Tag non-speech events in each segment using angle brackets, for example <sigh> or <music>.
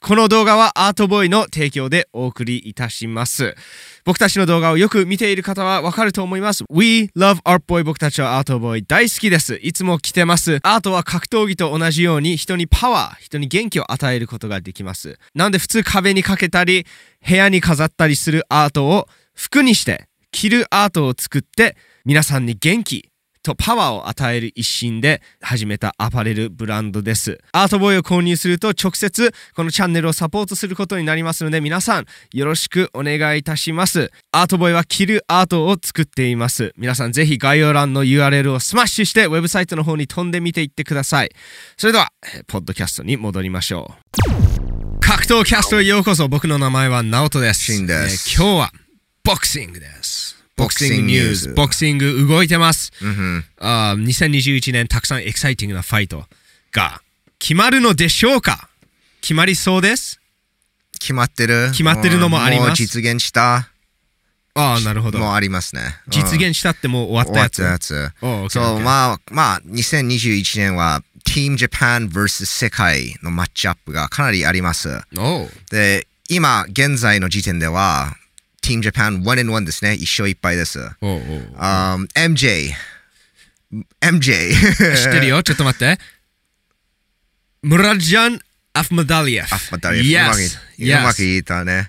この動画はアートボーイの提供でお送りいたします僕たちの動画をよく見ている方はわかると思います We love art boy 僕たちはアートボーイ大好きですいつも来てますアートは格闘技と同じように人にパワー人に元気を与えることができますなんで普通壁にかけたり部屋に飾ったりするアートを服にして着るアートを作って皆さんに元気とパワーを与える一心で始めたアパレルブランドですアートボーイを購入すると直接このチャンネルをサポートすることになりますので皆さんよろしくお願いいたしますアートボーイは着るアートを作っています皆さんぜひ概要欄の URL をスマッシュしてウェブサイトの方に飛んでみていってくださいそれではえーポッドキャストに戻りましょう格闘キャストへようこそ僕の名前はナオトですシンですえー今日はボクシングですボボククシシングングニニュューーススボクシング動いてます、うんあー2021年たくさんエキサイティングなファイトが決まるのでしょうか決まりそうです決まってる決まってるのもありますもう実現したああなるほどもうありますねうん実現したってもう終わっ終たわやっつたやつおう OK そう OK まあまあ2021年は Team Japan vs 世界のマッチアップがかなりありますおうで今現在の時点では Team Japan 1 1ですね一勝一敗ですおうおう um, MJ MJ 知ってるよちょっと待ってムラジャン・アフマダリエフあまたうまく Yes うまく Yes 言えたね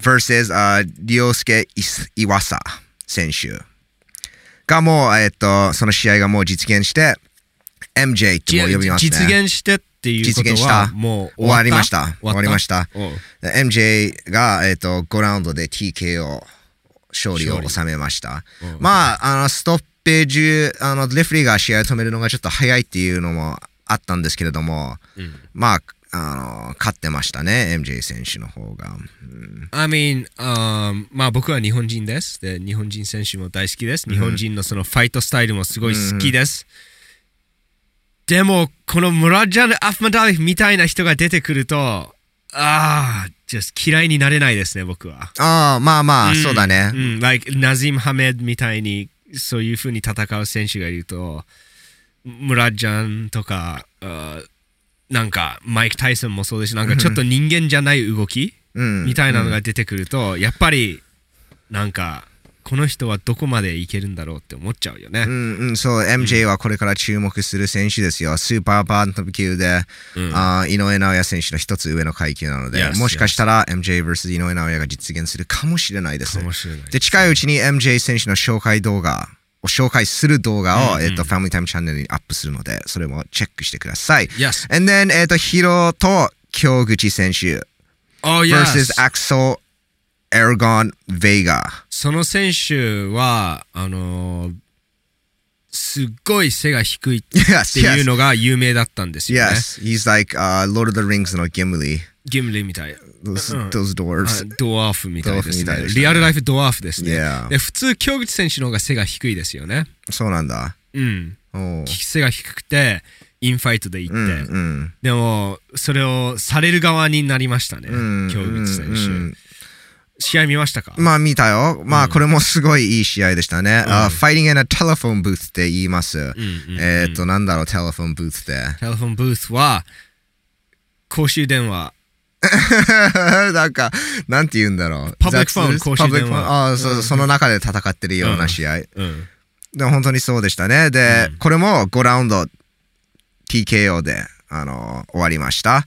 versus あ凌介いす岩佐選手がもうえっとその試合がもう実現して MJ ってもう呼びますね実現してっていうこと実現しはたもう終わりました終わりましたたおう MJ が、えっと5ラウンドで TKO 勝利を収めました利うんまああのストッページあのレフェリーが試合を止めるのがちょっと早いっていうのもあったんですけれども、まああの勝ってましたね MJ 選手の方が、 I mean, um, まあ僕は日本人です。で、日本人選手も大好きです。日本人のそのファイトスタイルもすごい好きです。でも、このムラジャル・アフマダリフみたいな人が出てくると、ああ、just 嫌いになれないですね、僕は。ああまあまあ、んそうだね、うん、like ナズィム・ハメドみたいに、そういう風に戦う選手がいると、ムラジャンとか、あーなんかマイク・タイソンもそうですし、なんかちょっと人間じゃない動き、うんみたいなのが出てくると、やっぱりなんかこの人はどこまでいけるんだろうって思っちゃうよねう。んうん、そう、MJ はこれから注目する選手ですよ。スーパーバンタム級で、あー井上尚弥選手の一つ上の階級なので、 Yes, もしかしたら MJ vs 井上尚弥が実現するかもしれないですか。もしれないで、近いうちに MJ 選手の紹介動画を紹介する動画を、えっと、ファミリータイムチャンネルにアップするので、それもチェックしてください。 Yes. And then、えっと、ヒロと京口選手 Oh, yes. versus アクソル・エルゴン・ベ <laughs> イガー。その選手はあのーすっごい背が低いっ Yes, ていう yes. のが有名だったんですよね。 Yes, he's like、uh, Lord of the Rings の Gimli. ギムリみたい。あ those, those dwarves. ドワーフみたいですドワーフみたいねで。したねリアルライフドワーフですね。 Yeah. で普通、京口選手の方が背が低いですよね。そうなんだ。うん。おう背が低くて、インファイトで行って。うんうんでも、それをされる側になりましたね、うん京口選手。うん試合見ましたか、まあ見たよ。まあこれもすごいいい試合でしたね。あ Fighting in a telephone booth って言います。えっと、なんだろう、telephone booth って。 <laughs> テレフォンブースは、公衆電話。なんか、なんて言うんだろう。 Public phone 公衆電話 Public phone ああ、そう、その中で戦ってるような試合。うん。で、本当にそうでしたね。で、これも5ラウンド TKO で、あの、終わりました。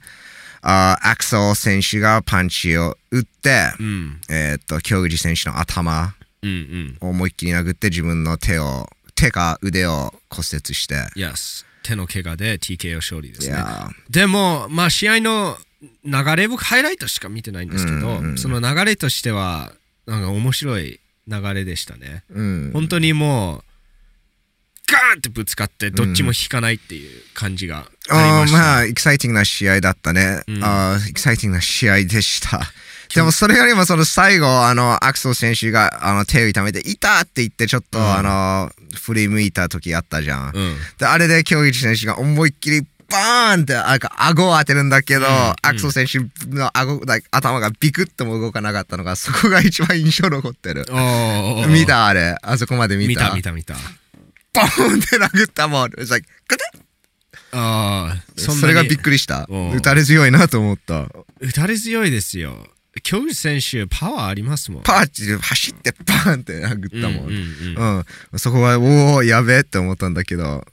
あアクソ選手がパンチを打って、うん。えっと、京口選手の頭うんうん。思いっきり殴って自分の手を手か腕を骨折して Yes。手の怪我で TKO 勝利でいすね。やでも、まあ試合の流れ、僕ハイライトしか見てないんですけど、うんうんその流れとしては、なんか面白い流れでしたね。ーうん本当にもう、ガーンってぶつかって、どっちも引かないっていう感じがありあましーたね。まあエキサイティングな試合だったね、あーエキサイティングな試合でしたでもそれよりもその最後あのアクソ選手があの手を痛めて「痛っ!」って言ってちょっと、あの振り向いた時あったじゃん、うん。であれで京一選手が思いっきりバーンってなんか顎を当てるんだけど、アクソ選手の顎、like 頭がビクッとも動かなかったのがそこが一番印象残ってるおーおーおー見たあれあそこまで見見たた見た見たボーンって殴ったボール It's like ガタッああ、んなにそれがびっくりしたうん打たれ強いなと思った打たれ強いですよ。京口選手、パワーありますもん。パーチで走ってパーンって殴ったもうん、うんうんんそこはおおやべえって思ったんだけど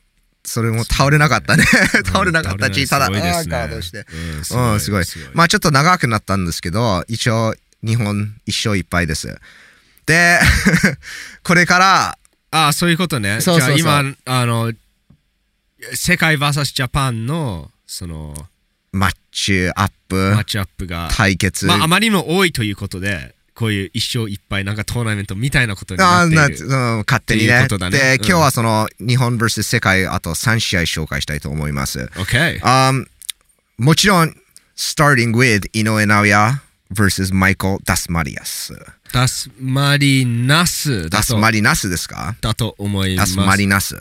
それも倒れなかったね倒れなかったし、ただあすごいですーねガードしてうんすうんすごいまあちょっと長くなったんですけど一応日本一勝一敗ですで <laughs> これからああ、そういうことね。そうそうそうじゃあ今、あの、世界 VS ジャパンの、その、マッチアップマッチアップが、対決、まあ、あまりにも多いということで、こういう一勝一敗、なんかトーナメントみたいなことになあっーている。なうん勝手にっていねうことだねでうん今日はその日本 vs 世界あと3試合紹介したいと思います、 OK。あんもちろん starting with 井上尚弥 vs マイコル・ダスマリアスダスマリナスだダスとマリナスですかだと思いまダす。スマリナス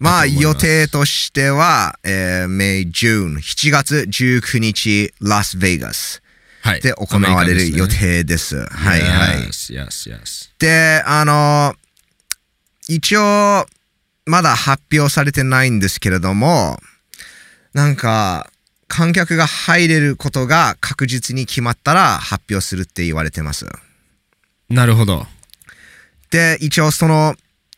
まだあと思いま予す定としては、えー、May、June、7月19日、ラスベガスはい、で行われる予アメリカですね。定です。はいはい。 Yes, yes, yes. で、あの、一応、まだ発表されてないんですけれども、なんか、観客が入れることが確実に決まったら発表するって言われてます。なるほど。で、一応その、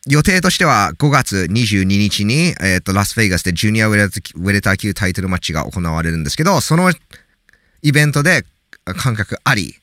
予定としては5月22日に、えっ、と、ラスベガスでジュニアウェレタウェレター級タイトルマッチが行われるんですけど、そのイベントで観客あり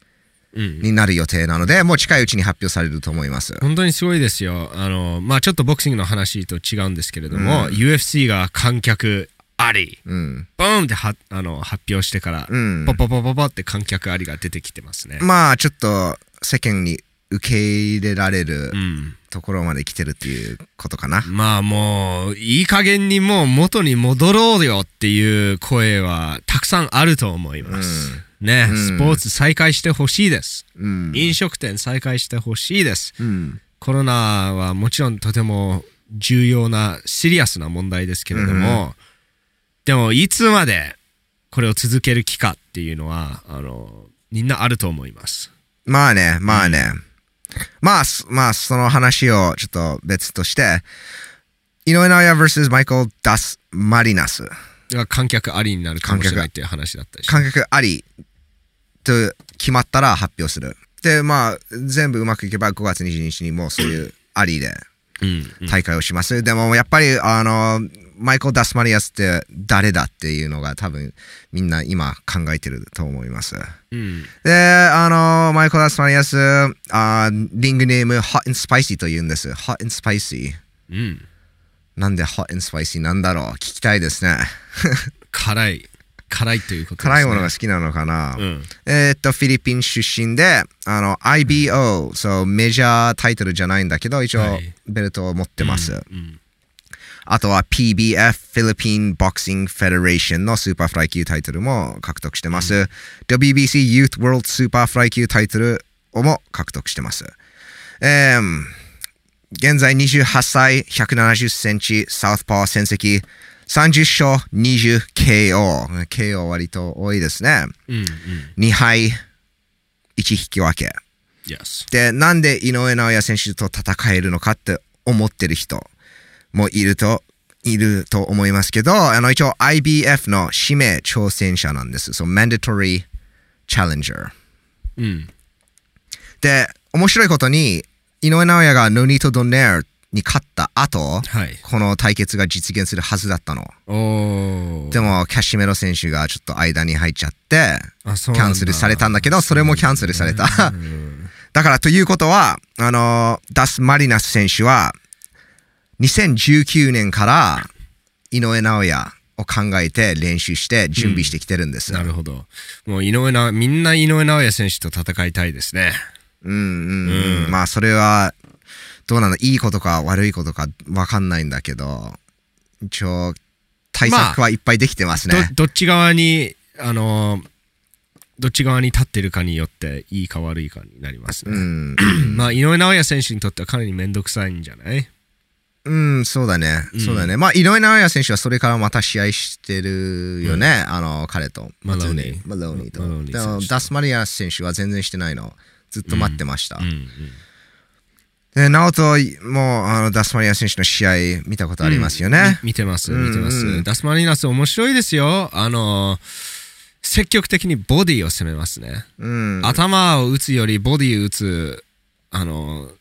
うんになる予定なので、もう近いうちに発表されると思います。本当にすごいですよ。あの、まあちょっとボクシングの話と違うんですけれども、UFC が観客あり、うん。ボーンってはあの発表してから、うん。ポポポポポって観客ありが出てきてますね。まあちょっと世間に受け入れられるうん。ところまで来てるっていうことかな。まあもう、いい加減にもう元に戻ろうよっていう声はたくさんあると思います。ね、うんスポーツ再開してほしいです。うん。飲食店再開してほしいです。うん。コロナはもちろんとても重要なシリアスな問題ですけれども、でもいつまでこれを続ける気かっていうのはあのみんなあると思います。まあね、まあね。まあ、すまあ、その話をちょっと別として、井上尚弥 vs マイコル・ダス・マリナス。だから観客ありになるかもしれないっていう話だったりして。観客ありと決まったら発表する。で、まあ、全部うまくいけば5月22日にもうそういうありでうん大会をします。でもやっぱりあのマイコル・ダスマリアスって誰だっていうのが多分みんな今考えてると思います。うんで、あのマイコル・ダスマリアスあーリングネーム Hot and Spicy と言うんです。Hot and Spicy。うん、なんで Hot and Spicy なんだろう聞きたいですね。辛い辛いということです、ね。辛いものが好きなのかな、うんえーっと、フィリピン出身で、あの、IBO、そう、メジャータイトルじゃないんだけど、一応はいベルトを持ってます。うんあとは PBF、フィリピンボクシングフェデレーションのスーパーフライ級タイトルも獲得してます。WBC Youth World スーパーフライ級タイトルをも獲得してます。えー現在28歳、170センチ、サウスパー戦績、30勝 20KO。KO 割と多いですね。うんうん2敗、1引き分け。 Yes で、なんで井上尚弥選手と戦えるのかって思ってる人もいると、いると思いますけど、あの一応 IBF の指名挑戦者なんです。そう、Mandatory Challenger。うんで、面白いことに、井上尚弥がノニート・ドネアに勝った後、はい。この対決が実現するはずだったの。おでもも、キャシメロ選手がちょっと間に入っちゃって、あそうキなんだャンセルされたんだけど、それもキャンセルされた。だからということは、あのーダス・マリナス選手は、2019年から井上尚弥を考えて練習して準備してきてるんです。なるほど。もう井上なみんな井上尚弥選手と戦いたいですね。うんうんうん。まあそれは、どうなのいいことか悪いことかわかんないんだけど、一応、対策はいっぱいできてますね。どどっち側にあのーどっち側に立ってるかによっていいか悪いかになりますうね、ん、まあ井上尚弥選手にとってはかなり面倒くさいんじゃないうん、そうだね。そうだね。まあ、井上尚弥選手はそれからまた試合してるよね。あの、彼と。マローニーマローニーと。マローニーで選手も、とダスマリア選手は全然してないの。ずっと待ってました。うんで、ナオトもあのダスマリア選手の試合見たことありますよね。み見てます見てまうんうすんダスマリナス面白いですよあの積極的にボディを攻めますねうん。頭を打つよりボディを打つあの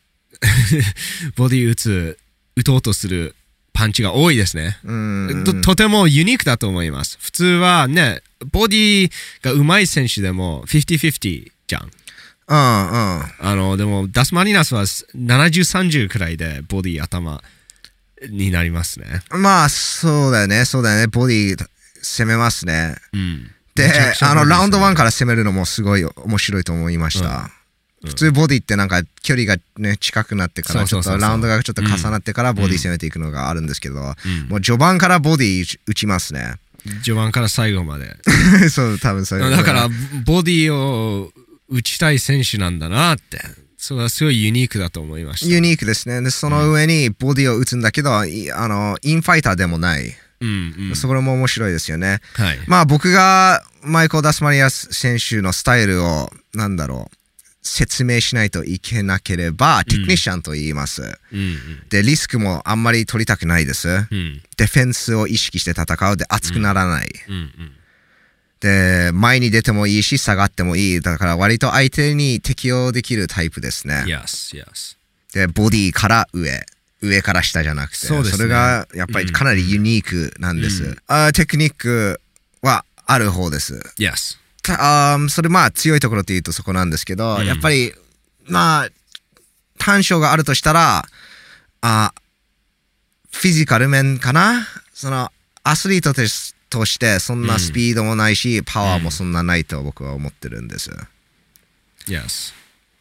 <laughs> ボディを打つ打とうとするパンチが多いですねうんうんととてもユニークだと思います普通はねボディが上手い選手でも50-50じゃんうんうん。あのでもダスマリナスは70-30くらいでボディ頭になりますねまあ、そうだよね、そうだよね。ボディ攻めますね。うんでめちゃく、ちゃあボの、ディ攻めるラウンド1から攻めるのもすごい面白いと思いました。普通ボディってなんか距離がね、近くなってから、ちそょうっそうそうそうとラウンドがちょっと重なってからボディ攻めていくのがあるんですけど、んもう序盤からボディ打ちますね。 <laughs> 序盤から最後までそう、多分そういうことだから、ボディを打ちたい選手なんだなってそれはすごいユニークだと思いましたユニークですね。で、その上にボディを打つんだけど、いあの、インファイターでもない。うんうんそこも面白いですよね。はいまあ僕がマイコー・ダスマリアス選手のスタイルを、なんだろう、説明しないといけなければ、テクニシャンと言います。うんうんで、リスクもあんまり取りたくないです。うんディフェンスを意識して戦う。で、熱くならない。うんうんで、前に出てもいいし、下がってもいい。だから割と相手に適応できるタイプですね。 Yes yes で、ボディから上。上から下じゃなくて。そうですねれが、やっぱりかなりユニークなんです。あーテクニックはある方です。 yes たあーそれまあ強いところっていうとそこなんですけど、やっぱりまあ短所があるとしたらあフィジカル面かなそのアスリートとしとしてそんなスピードもないし、パワーもそんなないと僕は思ってるんです yes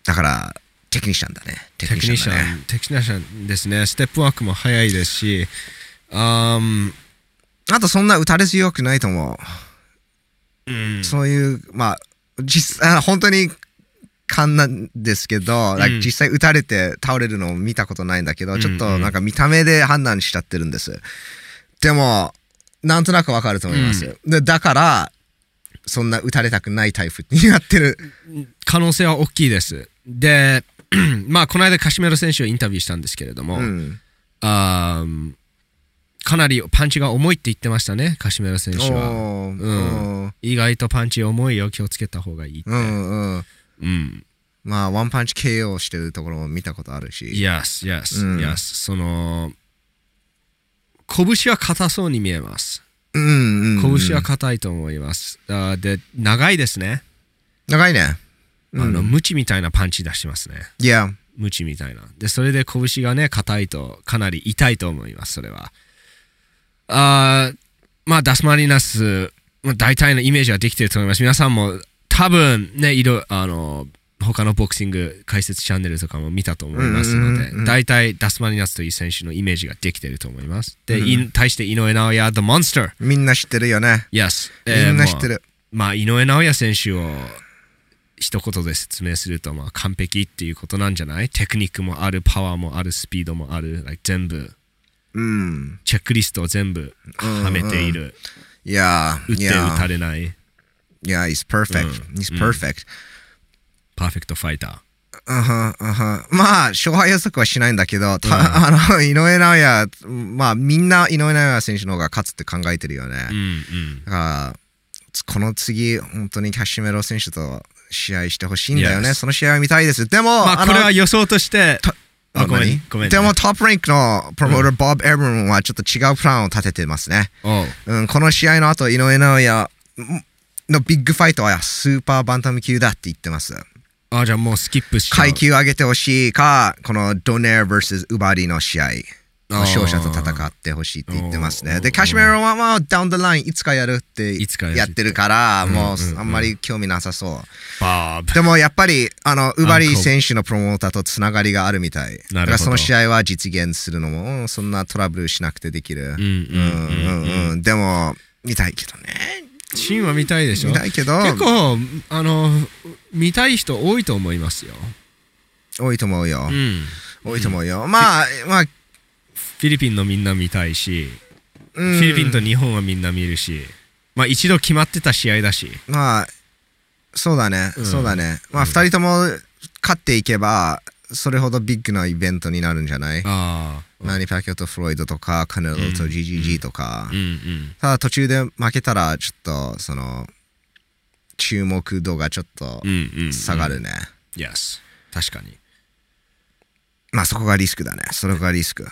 だからテクニシャンだねテテククニニシシャンだャねンテクニシャンですねステップワークも早いですしあーんあとそんな打たれ強くないと思ううんそういう、まあ、実際、本当に勘なんですけど、like うん実際打たれて倒れるのを見たことないんだけど、んちょっとなんか見た目で判断しちゃってるんです。でも、なんとなくわかると思います。でだから、そんな打たれたくないタイプになってる。可能性は大きいですで <clears throat> まあこの間カシメロ選手をインタビューしたんですけれども、うん。あーかなりパンチが重いって言ってましたね、カシメラ選手は。おーうんおー意外とパンチ重いよ、気をつけた方がいい。うんうん。うん。まあ、ワンパンチ KO してるところも見たことあるし。 Yes, yes, うん yes. その、拳は硬そうに見えます。うんうんうん。拳は硬いと思います。あーで、長いですね。長いね。あの、無知みたいなパンチ出しますね。いや。無知みたいな。で、それで拳がね、硬いと、かなり痛いと思います、それは。あーまあ、ダスマリナス、まあ、大体のイメージはできてると思います。皆さんも、多分ね、いろ、あの、他のボクシング解説チャンネルとかも見たと思いますのうんうんでうんう、ん大体ダスマリナスという選手のイメージができてると思います。で、い対して井上尚弥、The Monster。みんな知ってるよね。 Yes。みんな知ってる。まあ、井上尚弥選手を一言で説明すると、まあ、完璧っていうことなんじゃないテクニックもある、パワーもある、スピードもある、like 全部、うん。チェックリストを全部はめている。いや打っー、いてやー打たれない、 Yeah, he's perfect. He's perfect. パーフェクトファイタうんふんうんふんまあ、勝敗予測はしないんだけど、た <laughs> あの、井上尚弥、まあ、みんな井上尚弥選手の方が勝つって考えてるよね。ー。うんだから、つこの次、本当にキャシメロ選手と試合してほしいんだよね。 Yes その試合を見たいです。でも、まあ、のこれは予想として、ああごめん何、ごめん。でも、トップランクのプロモーター、ボブ・エブロンはちょっと違うプランを立ててますね。おううん、この試合の後、井上尚弥のビッグファイトはスーパーバンタム級だって言ってます。あ、じゃあもうスキップしちゃう階級上げてほしいか、このドネア vs ウバリの試合の勝者と戦ってほしいって言ってますあーね。で、カシメロはまあダウンドラインいつかやるっていつかやるやってるから、もううんうんうんあんまり興味なさそう。バーブ。でもやっぱり、あの、ウバリ選手のプロモーターとつながりがあるみたない。だるほどからその試合は実現するのも、そんなトラブルしなくてできるう。んうんうんうん。でも、見たいけどね。うん。シーンは見たいでしょ見たいけど、結構、あの、見たい人多いと思いますよ。多いと思うよう。ん。多いと思うよ。まあ、まあ、フィリピンのみんな見たいし、フフィリピンと日本はみんな見るし、まあ一度決まってた試合だし、まあそうだね、うんそうだねまあ2人とも勝っていけばそれほどビッグなイベントになるんじゃないああ。マニパキョとフロイドとかカネロと GGG とか、うんうん。ただ途中で負けたらちょっとその注目度がちょっとうんうん、うん。下が。るね、 Yes。確かに。まあそこがリスクだねそれがリスク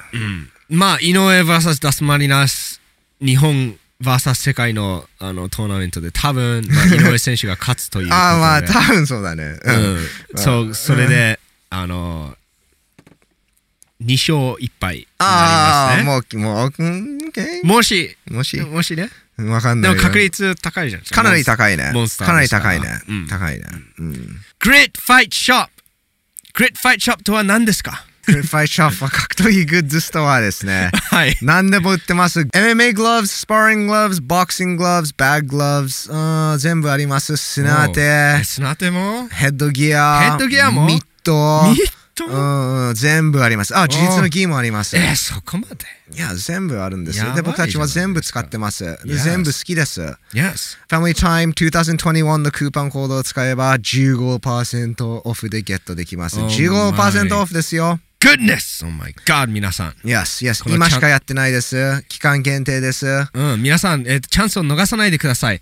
まあ、井上 VS ダスマリナス、日本 VS 世界のあのトーナメントで多分、 <laughs> まあ、井上選手が勝つということで。ああまあ多分そうだねうん、うん、そう、それで、あの、2勝1敗になありあますね。もうもううんオッケもし、ーもしもしね。わかんでないもよ確率高いじゃないですか。かなり高いねモンスターかなり高いねですからうん高いねうんグリッドファイトショップグリッドファイトショップとは何ですかグリファイショップは格闘技グッズストアで <laughs> すねはい。何でも売ってます。MMA gloves、sparring gloves、boxing gloves、bag gloves、うん全部あります。砂当て、砂手もヘッドギア、ヘッドギアもミット、ミットうんうん、全部あります。あ、事実のギーもあります。えー、そこまでいや、全部あるんですやよ。ばいじゃで、ない僕たちは全部使ってます。で Yes 全部好きです。 ?Yes。 Family Time 2021のクーパンコードを使えば15%オフでゲットできます。 Oh my 15%オフですよ。 Goodness! Oh my god, 皆さん。 Yes, こ yes. の今チャンしかやってないです。期間限定です。うん、皆さん、えーチャンスを逃さないでください。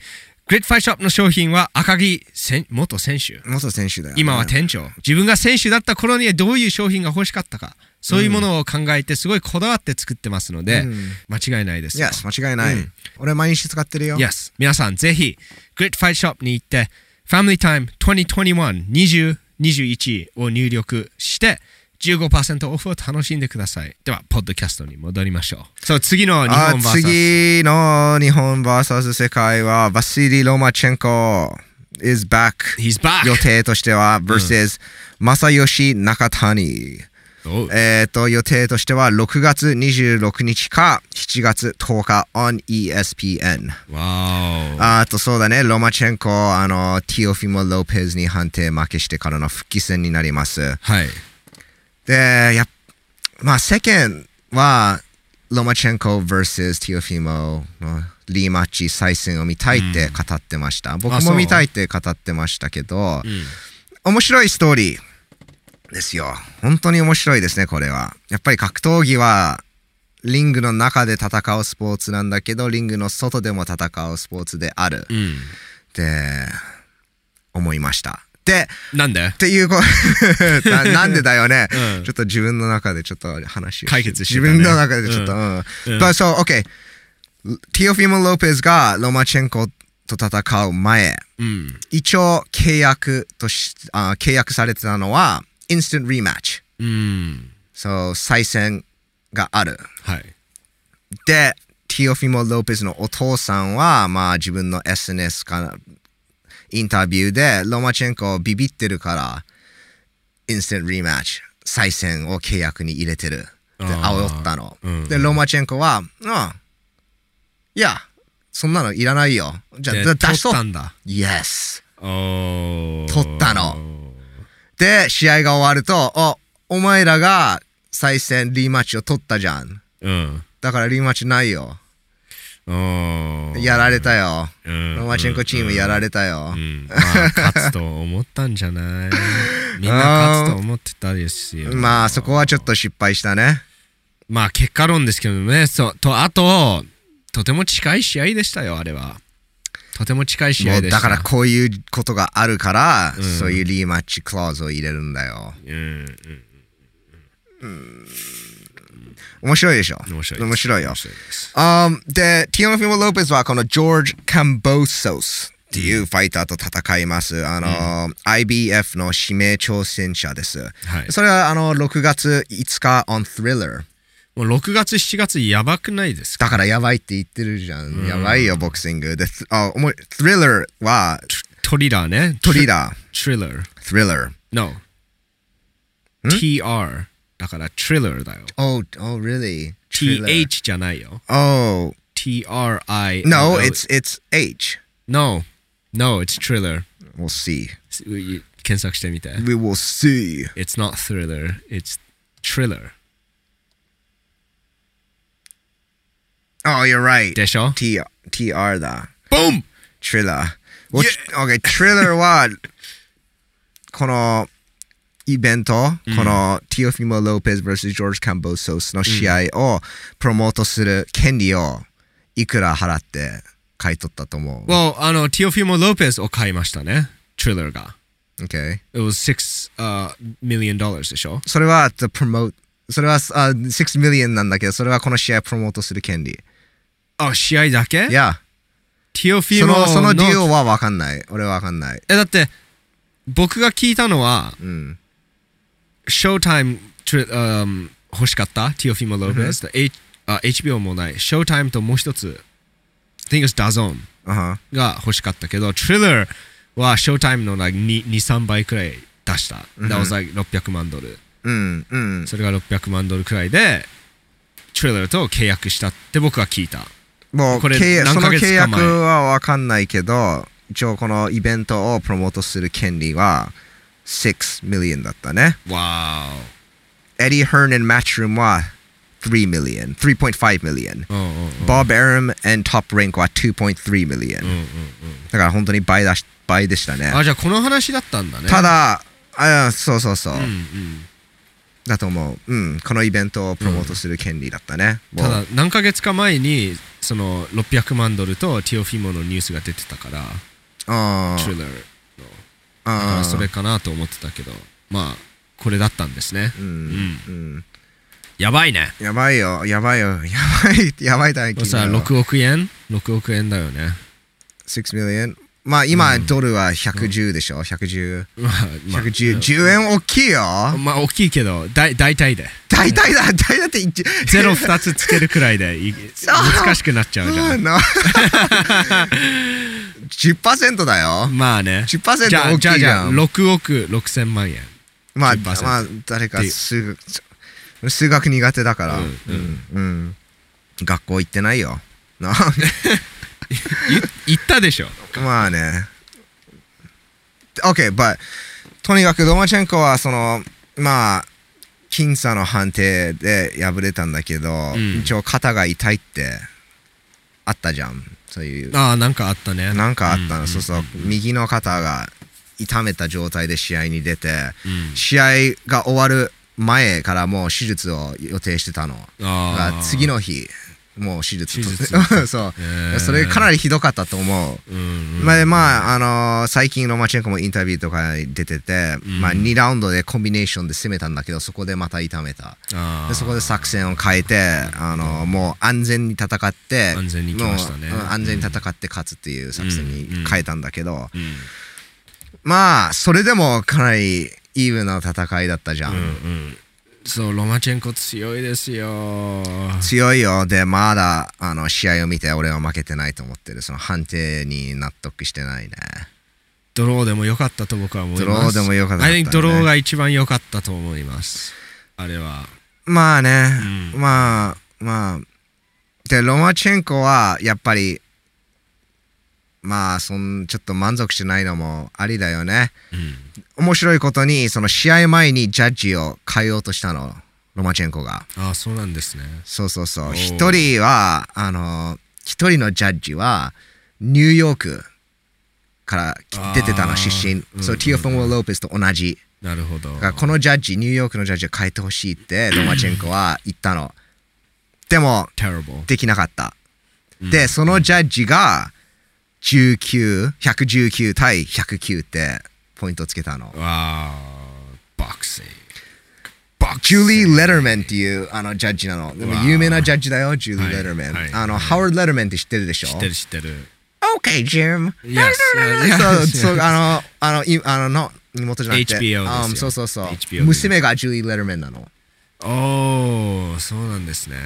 グリッドファイトショップの商品は赤木せん元選手。元選手だよ、ね。今は店長。自分が選手だった頃にはどういう商品が欲しかったか。そういうものを考えて、すごいこだわって作ってますので、間違いないですよ。 Yes, 間違いない。うん俺毎日使ってるよ。 Yes 皆さんぜひ Great Fight Shop に行って Family Time 2021-2021を入力して15%オフを楽しんでくださいではポッドキャストに戻りましょうそう次の日あ本 VS 次の日本 VS 世界はバシリ・ロマチェンコ is back He's back 予定としては versus 正義中谷。おうえっ、と予定としては6月26日か7月10日 on ESPN。わおああとそうだね、ロマチェンコ、あの、ティオフィモ・ロペズに判定負けしてからの復帰戦になります。はいで、やっまあ世間はロマチェンコ vs ティオフィモのリーマッチ再戦を見たいって語ってました。僕そもう見たいって語ってましたけど、ん面白いストーリーですよ。本当に面白いですね、これは。やっぱり格闘技はリングの中で戦うスポーツなんだけど、リングの外でも戦うスポーツであるっうんて思いました。で、なんでっていうこ <laughs> ななんでだよね、うんちょっと自分の中でちょっと話を解決してた自ね分の中でちょっとううん、うん But so okay ティオフィモ・ロペズがロマチェンコと戦う前うん一応契約としあ契約されてたのはインスタントリマッチうんそう再戦があるはいでティオフィモ・ロペズのお父さんはまあ自分の SNS からインタビューでロマチェンコビビってるからインスタントリマッチ再戦を契約に入れてるであー煽ったの、うんでロマチェンコは「うんいやそんなのいらないよじゃであだ取出っしとたんだ Yes おー取ったので試合が終わると「あお前らが再戦リーマッチを取ったじゃんうんだからリーマッチないよおーやられたよ、うんロマチェンコチームやられたよ。うんまあ、勝つと思ったんじゃ <laughs> ないみんな勝つと思ってたですよ。まあそこはちょっと失敗したね。まあ結果論ですけどね。そうとあととても近い試合でしたよあれは。とても近い試も合うでした。だからこういうことがあるから、んそういうリーマッチクラウズを入れるんだよ。うんうん面白いでしょ面白いです面白いよ面。白いです。あーで、ティオフィモ・ロペズはこのジョージ・カンボソスっていうファイターと戦います。あのー、IBF の指名挑戦者です。はい。それはあの6月5日 on Thriller もう6月7月やばくないですか。だからやばいって言ってるじゃん、やばいよボクシングであおも Thriller はトリラーね。トリラートリラー。 Thriller No。TR だからトリラーだよ。 Oh, oh, really? Thriller. TH じゃないよ。 Oh, TRI. no, it's it's H. No. No, it's thriller. We'll see. 検索してみて。 We will see. It's not thriller, it's thriller. Oh, you're right. でしょ T T R だ。 ?BOOM! <laughs> Thriller. お Okay, Thriller はこのイベント、うんこのティオフィモ・ロペス vs ジョージ・カンボソスの試合をプロモートする権利をいくら払って買い取ったと思う。 Well, あの、ティオフィモ・ロペスを買いましたね。Triller が。 Okay. It was six、uh, million dollars でしょそれは to promote それはあ6 million なんだけど、それはこの試合をプロモートする権利。あ、試合だけいや、ティオフィそモのその理由のは分かんない。俺は分かんない。え、だって、僕が聞いたのは、うん。 Showtime、um, 欲しかったティオフィモ・ロペス。H あ HBO もない。Showtime ともう一つ、I think it's DAZN あはが欲しかったけど、Triller は Showtime の like 2、3倍くらい出した。That was like 600万ドル。うん、うん。それが600万ドルくらいで、Triller と契約したって僕は聞いた。もうこれ契約何そのヶ月契か前約は分かんないけど一応このイベントをプロモートする権利は6 million だったねわエディ・ヘーンン・マッチュームは3 million 3.5 million ーお。うんうんうん。ボブ・エラム and トップ・リンクは2.3 million、うんうんだから本当に倍だし倍でしたねあ、じゃあこの話だったんだね。た、だあそうそうそう、うんうん。だと思う、うん、このイベントをプロモートする権利だったね、もたうだ、何ヶ月か前に、その600万ドルとティオフィモのニュースが出てたから、あー Triller ああーそれかなと思ってたけど、まあ、これだったんですね。うん、うん、やばいね。やばいよやばいよや <laughs> ばいやばい大金ださ、よ6億円 ?6 億円だよね。 6 million まあ今、ドルは110でしょ110、まあ、まあ110、10円大きいよまあ大きいけど、だい大体で。大体だ大体だって1ゼ <laughs> ロ2つつけるくらいでい難しくなっちゃうじゃん。な <laughs> 10%だよまあね。 10%大きいじじゃゃあ、んじゃあ、じゃあ、6億6千万円。まあ10%まあ誰っかていう数学数学苦手だからううんん、ううん学校行ってないよない言ったでしょ。まあね OK but とにかくロマチェンコはそのまあ僅差の判定で敗れたんだけど、ん一応肩が痛いってあったじゃんそういうああ、なんかあったね。なんかあったの、うんそうそう右の肩が痛めた状態で試合に出て、うん試合が終わる前からもう手術を予定してたのあがあ。次の日もう手術手術 <laughs> そう、へえそれかなりひどかったと思ううんうん。まあ、でまあ、あのー最近ロマチェンコもインタビューとかに出てて、んまあ、2ラウンドでコンビネーションで攻めたんだけどそこでまた痛めたあであそこで作戦を変えて、あのーもう安全に戦って安全に行きましたねもううん安全に戦って勝つっていう作戦に変えたんだけど、うんまあそれでもかなりイーブンな戦いだったじゃん、うんうん。そう、ロマチェンコ強いですよ。強いよでまだあの試合を見て俺は負けてないと思ってるその判定に納得してないねドローでも良かったと僕は思います。ドローでも良かったね I think ドローが一番良かったと思います。あれは。まあね、うまあまあでロマチェンコはやっぱりまあそんちょっと満足してないのもありだよねうん。面白いことにその試合前にジャッジを変えようとしたのロマチェンコがああ、そうなんですね。そうそうそおーう一人はあの一人のジャッジはニューヨークからあー出てたの出身うんそううんティオフォン・ローペスと同じなるほど。だからこのジャッジニューヨークのジャッジを変えてほしいってロマチェンコは言ったのでも terrible。できなかったうんでそのジャッジが19119対109ってポイントつけたのわあ、ボクシング。ジュリー・レターマンっていうあのジャッジなのでもわあ有名なジャッジだよジュリー・レターマン、はいはいあの、ハワード・レターマンって知ってるでしょ知ってる知ってる。 Okay, Jim. Yes, yes, yes. <laughs> そうそうあのあのいあのの妹じゃなくて HBO あですよそうそうそう HBO 娘がジュリー・レターマンなのおー、そうなんですね。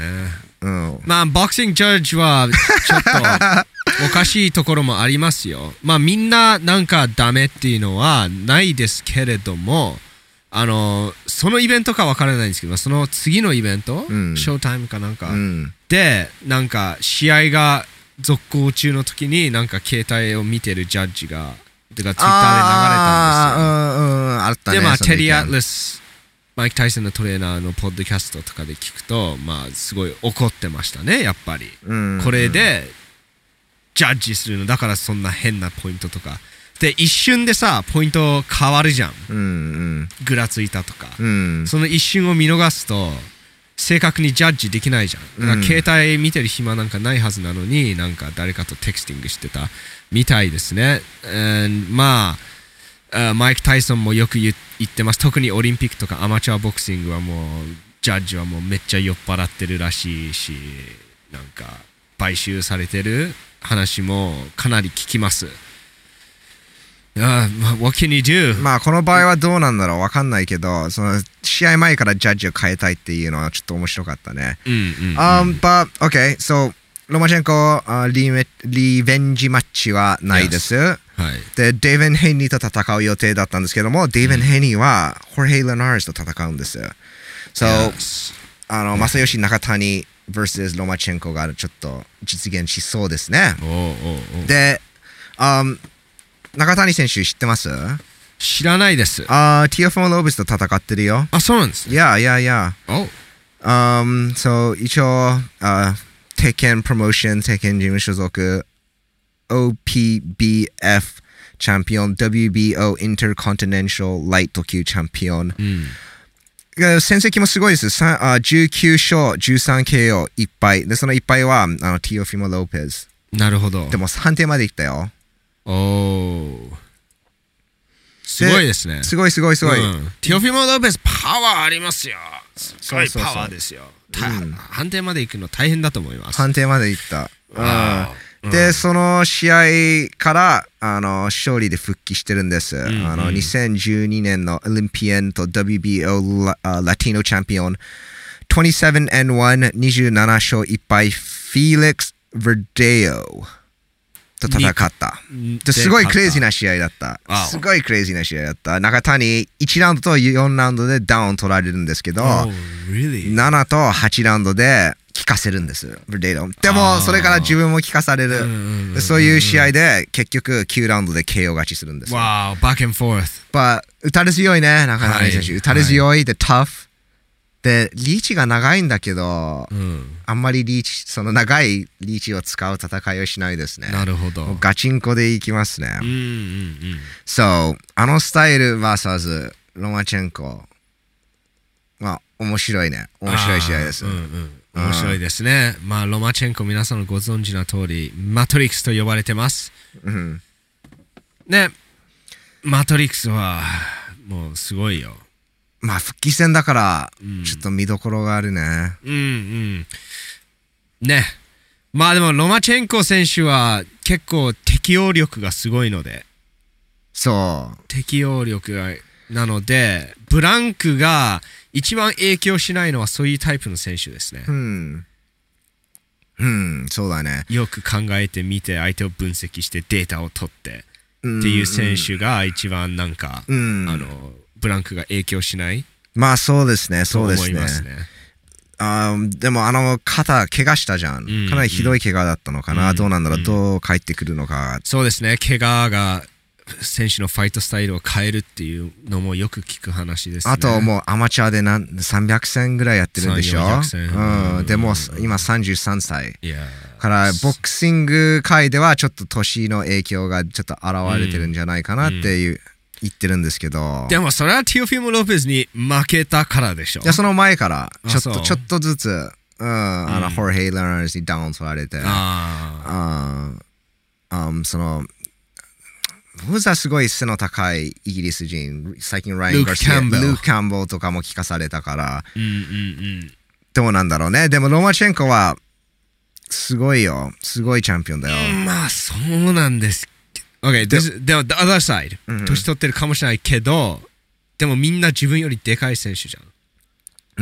うんまあ、ボクシングジャッジは、ちょっと、おかしいところもありますよ。 <laughs> まあ、みんな、なんか、ダメっていうのは、ないですけれども、あの、そのイベントかわからないんですけど、その次のイベント、うんショータイムかなんか、うんで、なんか、試合が続行中の時に、なんか、携帯を見てるジャッジが、てか、ツイッターで流れたんですよ。あーうんうんあったねで、まあ、そのテ意見リー・アトレス、マイク・タイソンのトレーナーのポッドキャストとかで聞くと、まあ、すごい怒ってましたね、やっぱり。うんこれで、ジャッジするの、だからそんな変なポイントとか、で一瞬でさポイント変わるじゃんうんぐらついたとか、うんうんその一瞬を見逃すと正確にジャッジできないじゃんだから携帯見てる暇なんかないはずなのになんか誰かとテクスティングしてたみたいですね、And まああマイク・タイソンもよく言言ってます特にオリンピックとかアマチュアボクシングはもうジャッジはもうめっちゃ酔っ払ってるらしいしなんか買収されてる話もかなり聞きますああ What can you do? まあこの場合はどうなんだろうわかんないけどその試合前からジャッジを変えたいっていうのはちょっと面白かったね。うんうんうん Um, but okay, so ロマチェンコ、uh, リメリベンジマッチはないです。はいで、デイヴン・ヘイニーと戦う予定だったんですけども、デイヴン・ヘイニーはホルヘイ・レナールズと戦うんです。So、 Yes. あの、正義中谷 vs ロマチェンコがちょっと実現しそうですね。おうおうおうで、um 中谷選手知ってます知らないです。あ、あー、ティアフォン・ローブスと戦ってるよ。そうなんですね。いやいやいや。お Um, so 一応、あ鉄拳プロモーション、鉄拳事務所属、OPBF チャンピオン、WBO インターコンティネンシャルライト級チャンピオン。うん。えー戦績もすごいです。さあ19勝 13KO1 敗。で、その1敗は、あの、ティオフィモ・ローペズ。なるほどで。も判定までいったよ。おお。すごいですね。すごいすごいすごい。うんティオフィモ・ロペス、パワーありますよ。すごいそうそうパそうワーですよ。たうん判定まで行くの大変だと思います。判定までいった。あーで、その試合からあの勝利で復帰してるんです、んあの。2012年のオリンピアンと WBO ラあラティノチャンピオン 27N1、27勝1敗、フィレックス・ヴデオと戦った。うんですごいクレイジーな。な試合だったわ。おすごいクレイジーな試合だった。中谷1ラウンドと4ラウンドでダウン取られるんですけど、 Oh, really? 7と8ラウンドで効かせるんです、ブレイドン。であーも、それから自分も効かされうんうんうんる。でそういう試合で、結局9ラウンドで KO 勝ちするんです。やっわー、バック and forth。ぱ、打たれ強いね、中はい谷選手。打たれ強い、で、タフ。で、リーチが長いんだけど、うん。あんまりリーチ、その長いリーチを使う戦いをしないですね。なるほど。もうガチンコでいきますね。うんうんうん。そう、あのスタイル VS ロマチェンコ。まあ、面白いね。面白い試合ですあー。うんうん、面白いですね。まあ、ロマチェンコ、皆さんのご存知の通り、マトリックスと呼ばれてます。うん。ね、マトリックスは、もうすごいよ。まあ復帰戦だから、ちょっと見どころがあるね。うんうん。ね。まあでも、ロマチェンコ選手は結構適応力がすごいので、そう。適応力が、なので、ブランクが一番影響しないのはそういうタイプの選手ですねう。ん。うん、そうだね。よく考えてみて、相手を分析してデータを取って。うんっていう選手が一番なんか、うんあのブランクが影響しないまあそうですとね、そう思ですいね。ますね。あーでもあの肩、怪我したじゃんうん。かなりひどい怪我だったのかな。どうなんだろう、どう帰ってくるのか。そうですね、怪我が選手のファイトスタイルを変えるっていうのもよく聞く話ですね。あともうアマチュアでなん300戦ぐらいやってるんでしょ300 400戦うんうん。でもう今33歳。いやからボクシング界ではちょっと年の影響がちょっと現れてるんじゃないかなっていう、言ってるんですけどでもそれはティオフィモ・ロペスに負けたからでしょい。やその前からちょっあそとうちょっとずつ、うんあのホルヘイ・レナーズにダウン取られてあああそのフザすごい背の高いイギリス人最近ライン・ガシ Luke ア Campbell ルーキャンボルとかも聞かされたからーうんうんどうなんだろうねでもロマチェンコはすごいよすごいチャンピオンだよ、うん。まあそうなんですけど。OK、ででも、the other side、ん年取ってるかもしれないけど、でもみんな自分よりでかい選手じ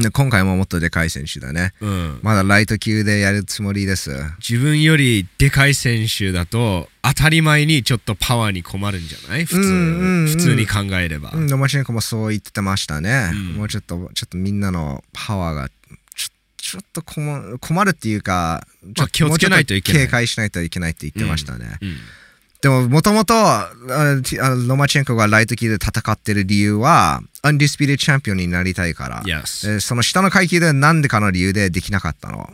で今回ももっとでかい選手だねゃん。うん。まだライト級でやるつもりです。自分よりでかい選手だと当たり前にちょっとパワーに困るんじゃない普通、うんうんうん普通に考えれば、うん、ロマチェンコもそう言ってましたね。もうちょっと、ちょっとみんなのパワーが、ちょちょっと困困るっていうか、ちまあょ気をつけないといけないもうちょっ警戒しないといけないって言ってましたね。うんでも、もともと、あのあのロマチェンコがライト級で戦ってる理由は、アンディスピードチャンピオンになりたいから。 Yes でその下の階級では何でかの理由でできなかったの。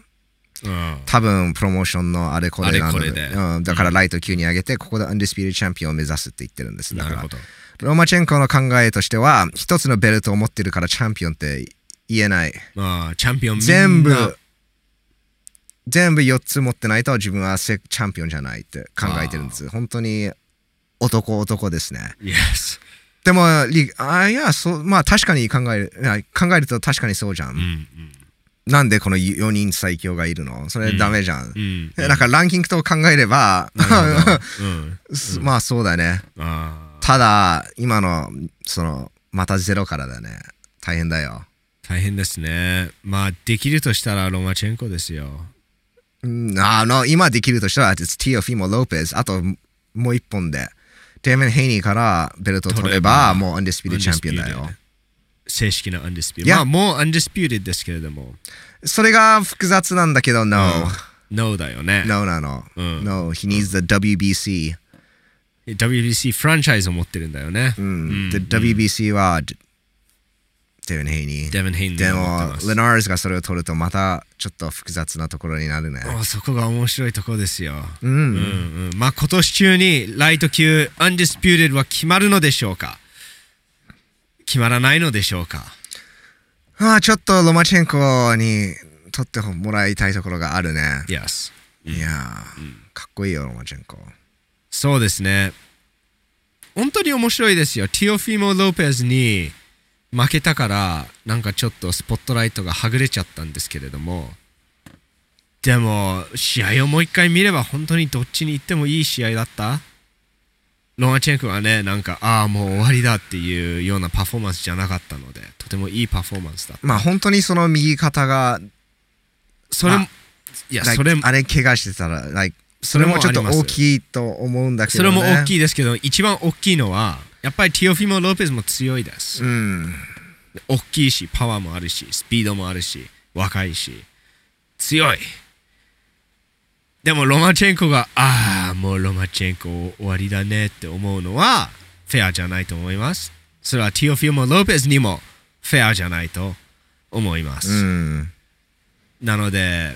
うん多分プロモーションのあれこれなのあれこれでうん、だからライト級に上げて、ここでアンディスピードチャンピオンを目指すって言ってるんです。だなかるらほ、ど。ロマチェンコの考えとしては、一つのベルトを持ってるからチャンピオンって言えない。まあ、チャンピオンみんな全部、全部4つ持ってないと自分はせチャンピオンじゃないって考えてるんです。本当に男男ですね。 Yes。でも、リあいや、そう、まあ確かに考える、いや考えると確かにそうじゃ。うんん。なんでこの4人最強がいるのそれダメじゃん。うん。うん。えなんかランキングと考えれば、なるほどうん。 <laughs> すまあそうだね。ああ。ただ、今の、その、またゼロからだね。大変だよ。大変ですね。まあ、できるとしたらロマチェンコですよ。うんあの、今できるとしたら、ティオフィモ・ロペズ、あともう一本で、デーメン・ヘイニーからベルトを取れば、取ればもうアンディスピードチャンピオンだ Undisputed よ。正式なアンディスピュート。いやまあ、もうアンディスピューテですけれども。それが複雑なんだけど、No。 No だよね。 No なの。うん No, he needs the WBC. WBC フランチャイズを持ってるんだよね。ううんん。で WBC は、デーメン・ヘイニー。デヴィン・ヘインでが持ってもま、すレ。ナーズがそれを取ると、またちょっと複雑なところになるね。あそこが面白いとこですよ。ううんん。うん、まあ今年中にライト級アンディスピューテッドは決まるのでしょうか決まらないのでしょうかまあ、ちょっとロマチェンコに取ってもらいたいところがあるね。 ?Yes。いやー、かっこいいよ、ロマチェンコ。そうですね。本当に面白いですよ。ティオフィモ・ロペズに負けたから、なんかちょっとスポットライトがはぐれちゃったんですけれども、でも、試合をもう一回見れば、本当にどっちに行ってもいい試合だった。ロマチェンコはね、なんか、ああ、もう終わりだっていうようなパフォーマンスじゃなかったので、とてもいいパフォーマンスだった。まあ、本当にその右肩が、それもま、いや、 like それも、あれ、怪我してたら、like それもちょっそれともあります大きいと思うんだけそど、れね。も大きい。いですけど、一番大きいのは、やっぱりティオフィモ・ロペズも強いです。うん。大きいしパワーもあるしスピードもあるし若いし強いでもロマチェンコがああもうロマチェンコ終わりだねって思うのはフェアじゃないと思いますそれはティオフィルもロペスにもフェアじゃないと思いまうす、ん。なので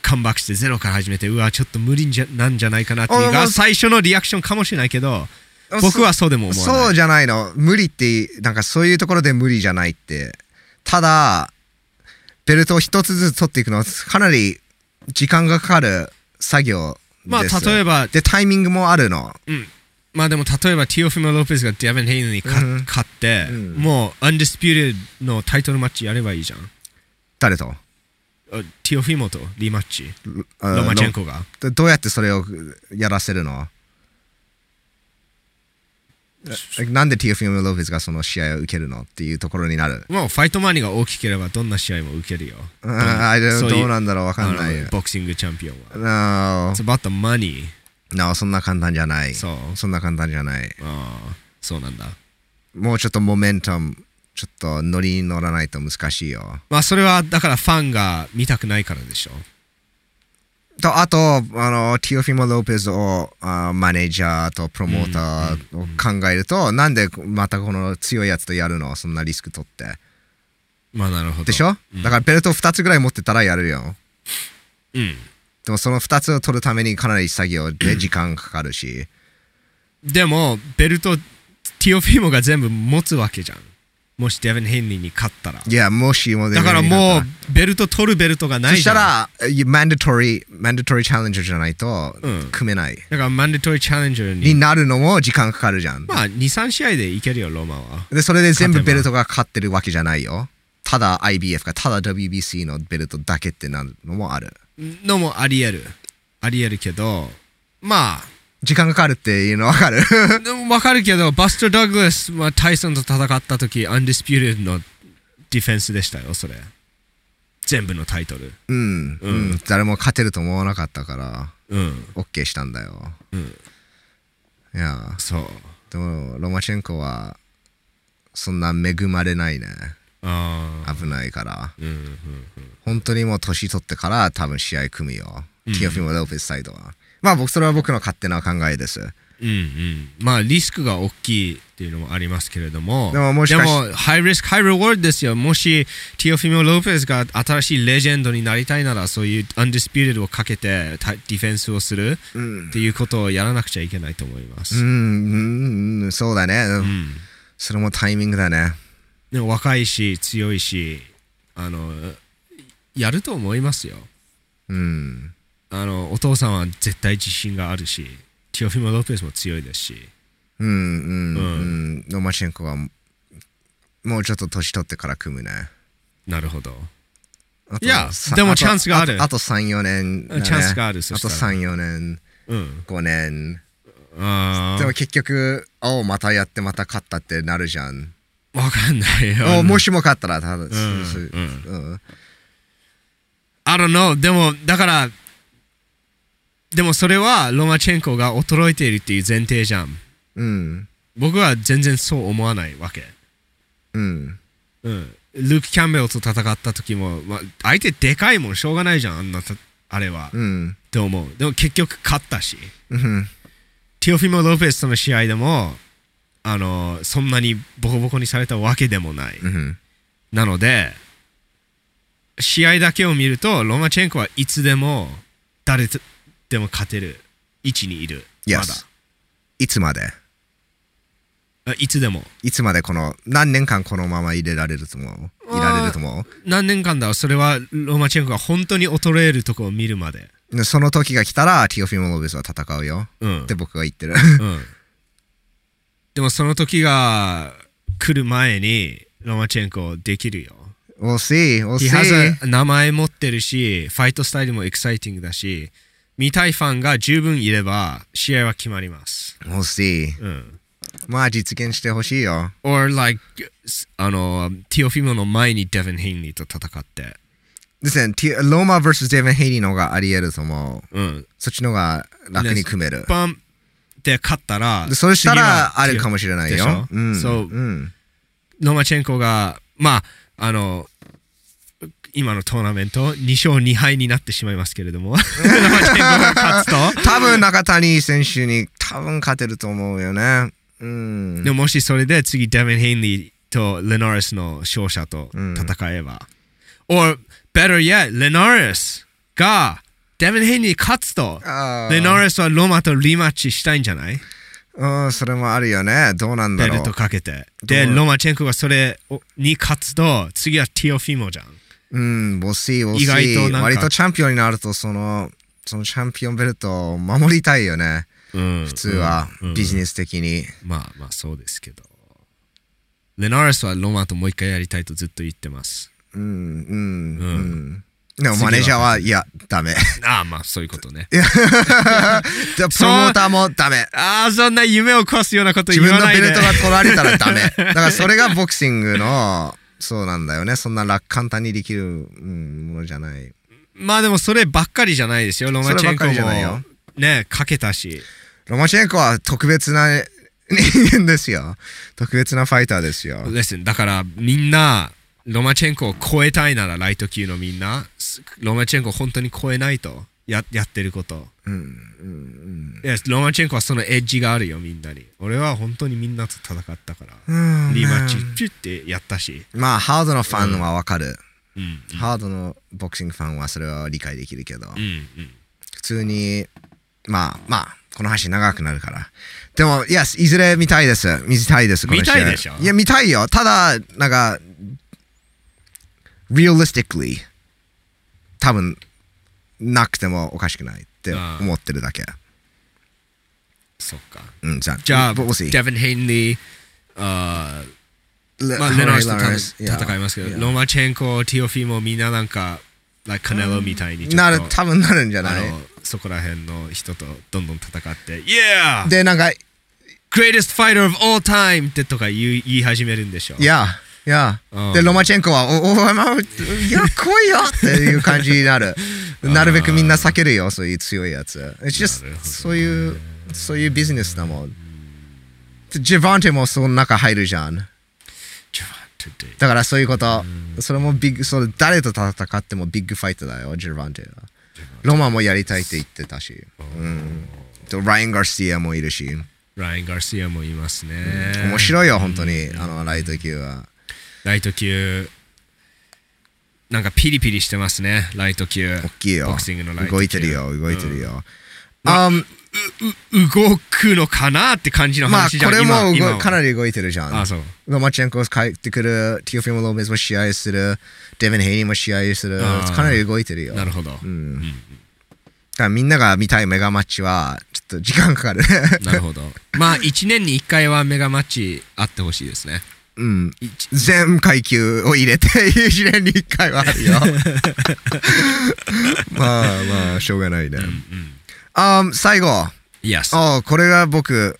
カンバックしてゼロから始めてうわちょっと無理んじゃなんじゃないかなっていうのあまがあ最初のリアクションかもしれないけど僕はそうでも思わないそうじゃないの。無理って、なんかそういうところで無理じゃないって。ただ、ベルトを一つずつ取っていくのはかなり時間がかかる作業まあです。例えばで、タイミングもあるの。うん、まあでも例えばティオフィモ・ロペスがディアヴィン・ヘイヌに勝,、うん勝って、うんもうアンディスピューテッドのタイトルマッチやればいいじゃん誰とあティオフィモとリマッチあロマチェンコがどどうやってそれをやらせるのえなんでティオフィム・ロペスがその試合を受けるのっていうところになる。もうファイトマニーが大きければどんな試合も受けるようんあれそういうどうなんだろうわかんないあよの。ボクシングチャンピオンは No, It's about the money no, そんな簡単じゃない。そうそんな簡単じゃない。ああそうなんだもうちょっとモメンタム、ちょっと乗りに乗らないと難しいよ。まあそれはだからファンが見たくないからでしょと、あと、あの、ティオフィモ・ロペスをあマネージャーとプロモーターを考えると、なんでまたこの強いやつとやるのそんなリスク取って。まあなるほどでしょ、だからベルト2つぐらい持ってたらやるよ。うんでもその2つを取るためにかなり作業で時間かかるし。でもベルトティオフィモが全部持つわけじゃんもしディアヴィン・ヘイヌに勝ったらいや、もしもでだからもうベルト取るベルトがなそいしじゃたんら、マンダトリー、マンダトリーチャレンジャーじゃないとうん、組めない。だからマンデトリーチャレンジャーにになるのも時間かかるじゃん。まあ23試合でいけるよローマはで、それで全部勝てばベルトが勝ってるわけじゃないよ。ただ IBF か、ただ WBC のベルトだけってなるのもある。のもありえるありえるけどま時間かかるっていうのわかる <laughs> あでも分かるけどバスト・ダグラスはタイソンと戦った時アンディスピューテッドのディフェンスでしたよそれ全部のタイトルううん、うんん。誰も勝てると思わなかったから、うんオッケーしたんだよ。うんいやそうでもロマチェンコはそんな恵まれないねああ危ないからうんうん本当にもう年取ってから多分試合組むよ、ティオフィモ・ロペスサイドはまあ僕それは僕の勝手な考えですうんうん、まあリスクが大きいっていうのもありますけれどもでももしかしでもハイリスクハイリワードですよもしティオフィモ・ロペスが新しいレジェンドになりたいならそういうアンディスピューテッドをかけてたディフェンスをするうんっていうことをやらなくちゃいけないと思います、うんうんうんそうだね、うんそれもタイミングだねでも若いし強いしあのやると思いますようんあのお父さんは絶対自信があるしティオフィモ・ロペスも強いですしうんうんうんロマチェンコはもうちょっと年取ってから組むねなるほどあといやさでもあとチャンスがあるとあと34年だね、チャンスがあるそあしたとら34年うん5年あでも結局青またやってまた勝ったってなるじゃんあわかんないよおもしも勝ったらただ、うんそううんうん、 I don't know でもだからでもそれはロマチェンコが衰えているっていう前提じゃんうん僕は全然そう思わないわけうんうんルーク・キャンベルと戦った時も、まあ、相手でかいもんしょうがないじゃんあんなたあれは、っうんて思うでも結局勝ったしうんティオフィモ・ロペスとの試合でもあのそんなにボコボコにされたわけでもない、うんなので試合だけを見るとロマチェンコはいつでも誰とでも勝てる位置にいる、 Yes まだいつまであいつでもいつまでこの何年間このまま入れられると思ういられると思何年間だろうそれはロマチェンコが本当に衰えるとこを見るまでうでその時が来たらティオフィモ・ロベスは戦うようんって僕が言ってる <laughs> うん、でもその時が来る前にロマチェンコできるよ We'll see We'll He see has a 名前持ってるしファイトスタイルもエキサイティングだし見たいファンが十分いれば試合は決まります、 We'll see うんまあ実現してほしいよ or like あのティオフィモの前にデヴィン・ヘイニーと戦って Listen ティローマ vs デヴィン・ヘイリーの方があり得ると思ううんそっちの方が楽に組めるバンで勝ったらでそしたらあるかももしれないでしょようんそうんロマチェンコがまああの今のトーナメント2勝2敗になってしまいますけれど <laughs> もロマチェンコが勝つと多分中谷選手に多分勝てると思うよね。うん。でももしそれで次デヴィン・ヘイニーとレナーレスの勝者と戦えば、or better yet レナーレスがデヴィン・ヘイニーに勝つとあーレナーレスはロマとリマッチしたいんじゃないうん、それもあるよね。どうなんだベろルうト。かけて。で、どうロマチェンコがそれをに勝つと、次はティオフィモじゃん。うん、ボスイ、ボス意外となんか割とチャンピオンになると、その、そのチャンピオンベルトを守りたいよね。普普通は、ビジネス的に。まあまあそうですけど。レナーレスはロマともう一回やりたいとずっと言って <laughs> ます。うん、うん、ううん。でもマネージャーは、いや、<laughs> ダメ。ああまあそういうことね。じゃあプロモーターもダメ。ああ、そんな夢を壊すようなこと自言分わのないで。ベルトが取られたらダメ。だからそれがボクシングの、そうなんだよね。そんな楽簡単にできる、うん、ものじゃない。まあでもそればっかりじゃないですよ。ロマチェンコそればっかりじゃないもよね、かけたし。ロマチェンコは特別な人間ですよ。特別なファイターですよ。 Listen だからみんなロマチェンコを超えたいならライト級のみんなすロマチェンコを本当に超えないとややってること、うん、うん、 Yes ロマチェンコはそのエッジがあるよみんなに俺は本当にみんなと戦ったからうん。リマッチまチュッてやったし、あ。まあ、ハードのファンはわかる。うんハードのボクシングファンはそれは理解できるけどうん、普通に、まあ、まあ、この話長くなるから。でも、いや、いずれ見たいです。見たいです、この試合見たいでしょいや、見たいよ。ただ、なんか、realistically、多分、なくてもおかしくないって思ってるだけ。そっかうん、じゃあ、じゃあボデボスイヴィン・ヘインリーあーまあ、レナースとた戦いますけど、ロマチェンコ、ティオフィモ、みんななんか、like カネロみたいにちょっとなる、多分なるんじゃなあいのそこら辺の人とどんどん戦って「Yeah! で、なんか、い Greatest fighter of all time!」ってとか言い言い始めるんでしょや、いやうん、で、ロマチェンコは、お、お、まあ、いや、来いよっていう感じになる。なるべくみんな避けるよ、そういう強いやつ。It's なる just ほどそういう、そういうビジネスだもん。でジェバンテもその中入るじゃん。ちょっと待ってだからそういうこと。それもビッグ、それ誰と戦ってもビッグファイトだよ、ジェバンテは。ロマもやりたいって言ってたし。うん。とライン・ガルシアもいるし、ライン・ガルシアもいますね。面白いよ、本当に、あのライト級は。ライト級、なんかピリピリしてますね、ライト級。大きいよボクシングのライト級動いてるよ、動いてるよ。まあん動くのかなって感じのまあ、話じゃこん、れも今動かなり。り動いてるじゃん。あそう。ロマチェンコ帰ってくる、ティオフィモ・ローベスも試合する、デヴィン・ヘイリーも試合するあー、かなり動いてるよ。なるほど。うんだからみんなが見たいメガマッチは、ちょっと時間かかる。 <laughs> なるほど。 <laughs> まあ、1年に1回はメガマッチあってほしいですね。うん。一全階級を入れて、1年に1回は <laughs> あるよ。まあまあ、しょうがないね。あー最後。 Yes あーこれが僕、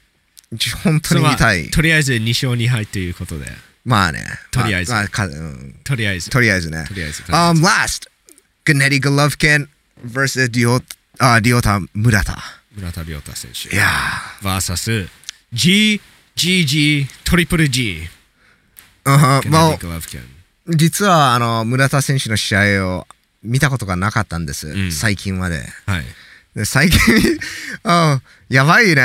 ち本当に見た。それはいとりあえず2勝2敗ということで。まあね。とりあえずままかうんとりあえず。とりあえずね。とりあえず。 Um, last, Gennady Golovkin versus Ryota, uh, Ryota Murata. 村田亮太選手。 Yeah. VS G、GG、トリプル G。 Uh-huh. ケネディ Well, グラフキャン実はあの村田選手の試合を見たことがなかったんです、ん最近まで。はい。で最近、 <laughs> あやばいね。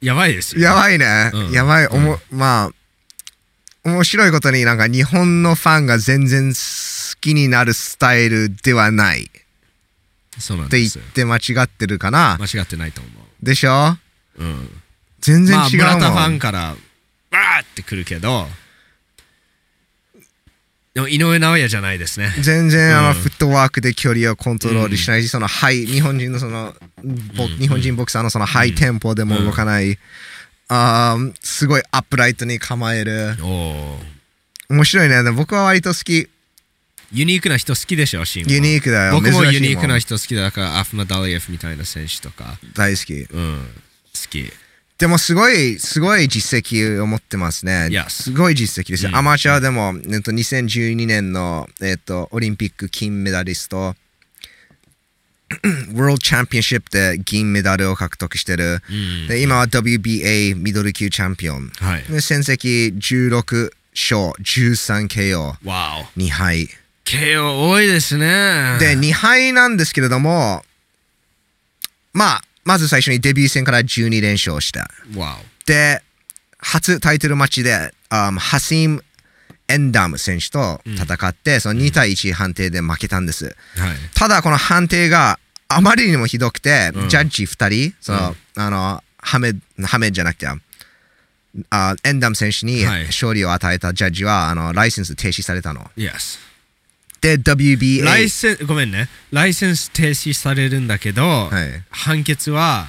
やばいですよ。やばいね。うんやばい。おも、まあ、面白いことになんか日本のファンが全然好きになるスタイルではないっそうなんてで言すよ。って間違ってるかな。間違ってないと思でしょう。うん。全然まあ、違うも村ん。田ファンから、バーってくるけど、でも井上尚弥じゃないですね。全然、あうのんフットワークで距離をコントロールしないし、そのハイ日本人のその、ボ日本人ボクサーのそのハイテンポでも動かない、あーすごいアップライトに構えるおおー。面白いねでも僕は割と好きユニークな人好きでしょ、シンもユニークだよ僕も珍しユいんニークな人好きだから、アフマダリエフみたいな選手とか、大好きうん、好き。でもすごいすごい実績を持ってますね Yes すごい実績ですよ、うんアマチュアでも、えっと、2012年の、えっと、オリンピック金メダリスト <clears throat> ワールドチャンピオンシップで銀メダルを獲得してるうん。で今は WBA ミドル級チャンピオン。はい。で戦績16勝 13KO2 わお。敗。 KO 多いですね。で、2敗なんですけれども、まあ、まず最初にデビュー戦から12連勝した。わで、初タイトルマッチで、あハシーム・エンダム選手と戦って、その2対1判定で負けたんです。お。はい。ただこの判定があまりにもひどくて、うんジャッジ2人その、うあのハメハメじゃなくてあエンダム選手にはい勝利を与えたジャッジはあのライセンス停止されたの Yes。でライ WBA センごめんねライセンス停止されるんだけど、はい判決は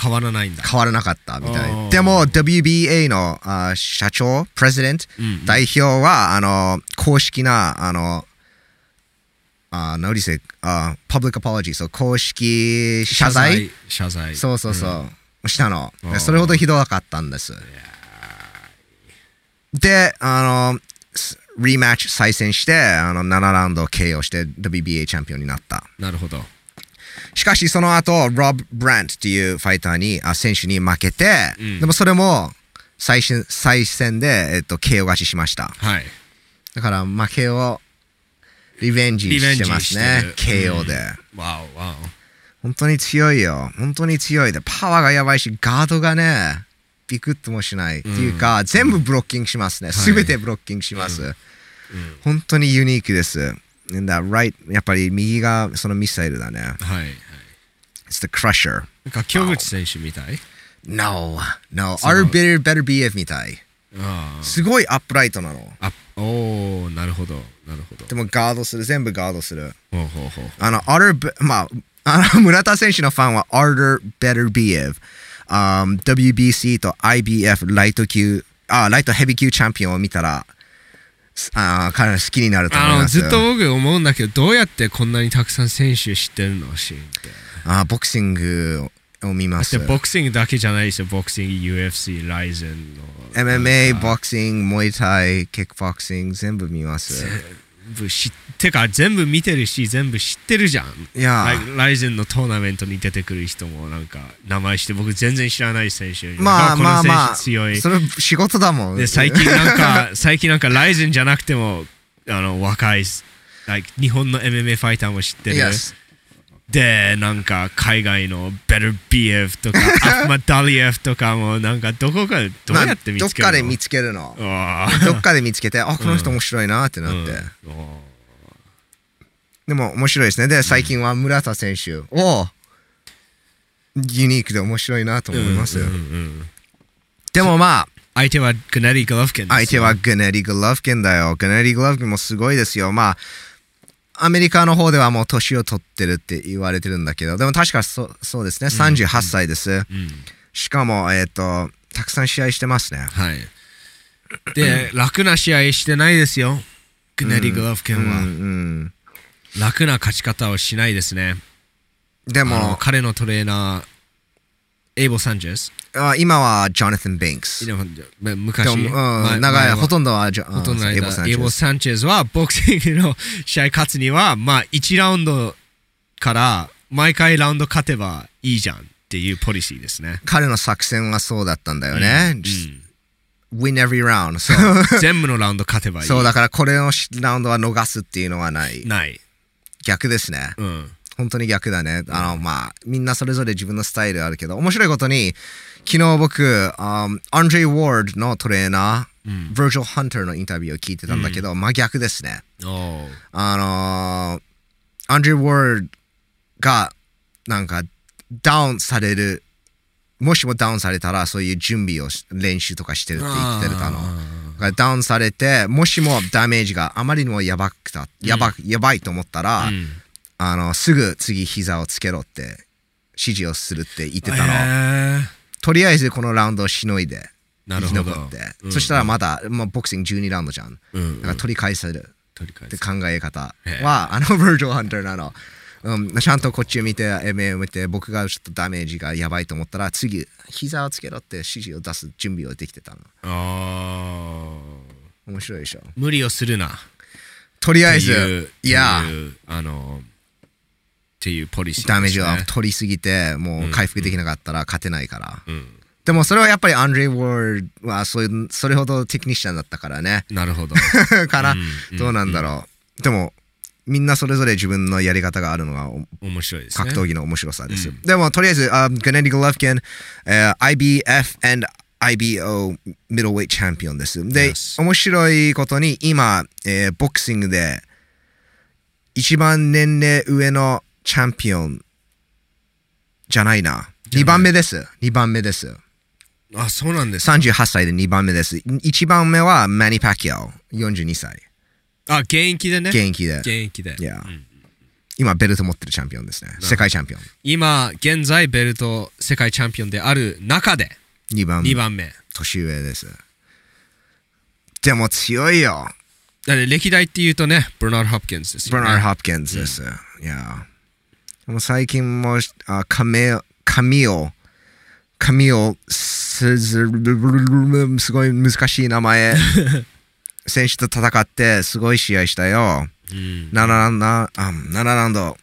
変わらないんだ変わらなかったみたおーいでも WBA のあ社長プレゼデントうんうん代表はあの公式なあのあ何て言うパブリックアポロジーそう公式謝罪謝罪そうそうそう、したのあーそれほどひどかったんですであのすリマッチ再戦してあの7ラウンドを KO して WBA チャンピオンになったなるほどしかしその後ロブ・ブラントっていうファイターにあ選手に負けて、うんでもそれも最新再戦で、えっと、KO 勝ちしましたはいだから負けをリベンジしてますねリベンジしてる KO で、わおわ本当に強いよ本当に強いでパワーがやばいしガードがねビクッともしない、っていうか全部ブロッキングしますね全てブロッキングします、本当にユニークですなんだ right やっぱり右がそのミサイルだねおはいはい It's the crusher なんか京口選手みたい No う No Our better better BF みたいあすごいアップライトなのああおおなるほどなるほどでもガードする全部ガードするほうほうほうあの、アルブ、まあ、 <laughs> あの、村田選手のファンは、アルベルビエフ、um, WBC と IBF ライト級、あ、ライトヘビー級チャンピオンを見たら、すあー彼ら好きになると思いあのますずよ。っと僕思うんだけどどうやってこんなにたくさん選手知ってるのシーンってあーボクシングを見まだってす。ボクシングだけじゃないですよボクシング UFC ライゼンの MMA、ボクシング、モイタイ、キックボクシング、全部見ます。部知ってか全部見てるし全部知ってるじゃんいやラーイライゼンのトーナメントに出てくる人もなんか名前して僕全然知らない選手まあこのま選あ手まあ、強いそれ仕事だもん。で最近なん <laughs> か最近なんかライゼンじゃなくてもあの若い like 日本の MMA ファイターも知ってる Yes で、なんか海外のベルビエフ <laughs> とか、アフマダリエフとかも、なんかどこか、どうやって見どっつけるのかで見つけるの。あどっかで見つけて、あ、この人面白いなってなーって。うんおーでも面白いですね。で、最近は村田選手を、ユニークで面白いなと思いますよ。うんうんうんでもまあ、相手はグネリー・グロフキンです相手はグネリ・グラフケンだよ。グネリ・グラフケンもすごいですよ。まあ、アメリカの方ではもう年を取ってるって言われてるんだけど、でも確かそそうですね、38歳です。うんしかも、えっ、と、たくさん試合してますね。はい。で、楽な試合してないですよ。グネリー・グロフキンうんうは。ん、楽な勝ち方をしないですね。であのも、彼のトレーナー、エイボ・サンジェス。あ今はジョナサン・ビンクス。いやまでも、昔、うん、長い、ほんとんどはジョ、ほとんどのエボ間サンエチイェボ・スサンチェスは、ボクシングの試合勝つには、まあ、1ラウンドから、毎回ラウンド勝てばいいじゃんっていうポリシーですね。彼の作戦はそうだったんだよね。Just win every round. そううん全部のラウンド勝てばいい。 <laughs> そうだからこれのラウンドは逃すっていうのはない。ない。逆ですね。うん。本当に逆だね。あの、まあ、みんなそれぞれ自分のスタイルあるけど、面白いことに、昨日僕、あアンジェイ・ウォードのトレーナー、ヴィルジョル・ハンターのインタビューを聞いてたんだけど、真逆ですね。おーあのーアンジェイ・ウォードが、なんか、ダウンされる、もしもダウンされたら、そういう準備をし練習とかしてるって言ってたの。だからダウンされて、もしもダメージがあまりにもやばくた、やば、やばいと思ったら、うんあの、すぐ次膝をつけろって指示をするって言ってたの。へーとりあえずこのラウンドをしのいで、なる生きほど。残って。うんそしたらまだ、まあ、ボクシング12ラウンドじゃん。うんうんだから取り返せる取り返ってす。考え方へえは、あの、ヴィルジョル・ハンターなの。うん、ちゃんとこっちを見て、MA を見て、僕がちょっとダメージがやばいと思ったら、次、膝をつけろって指示を出す準備をできてたの。あ面白いでしょ。ー無理をするな。っとりあてえいうず、いやって、いうあのっていうポリシーですね。ダメージは取りすぎて、もう回復できなかったら勝てないから。うん。でもそれはやっぱりアンドレイ・ウォールはそういうそれほどテクニシャンだったからね <laughs> なるほど。からうんどうなんだろう、でもみんなそれぞれ自分のやり方があるのがお面白いですね。格闘技の面白さですよ、でもとりあえず、um, グネリ・グラフケン、えー IBF and IBO ミドルウェイチャンピオンですで、 Yes 面白いことに今、えーボクシングで一番年齢上のチャンピオンじゃないな2番目です2番目ですあ、そうなんです。 38歳で2番目です。1番目はマニー・パキャオ、42歳。あ、現役でね。現役で現。役で。いやうん今、ベルト持ってるチャンピオンですね。世界チャンピオン。今、現在ベルト世界チャンピオンである中で2番2番目。年上です。でも強いよ。だって歴代っていうとね、ブルナード・ホプキンスですブよルね。ナード・ホプキンズです。いや。でも最近も、あカメカミオ、カミオ、すずすごい難しい <laughs> 名前。選手と戦って、すごい試合したよ。うん7ラウンド、あ7ラウンド、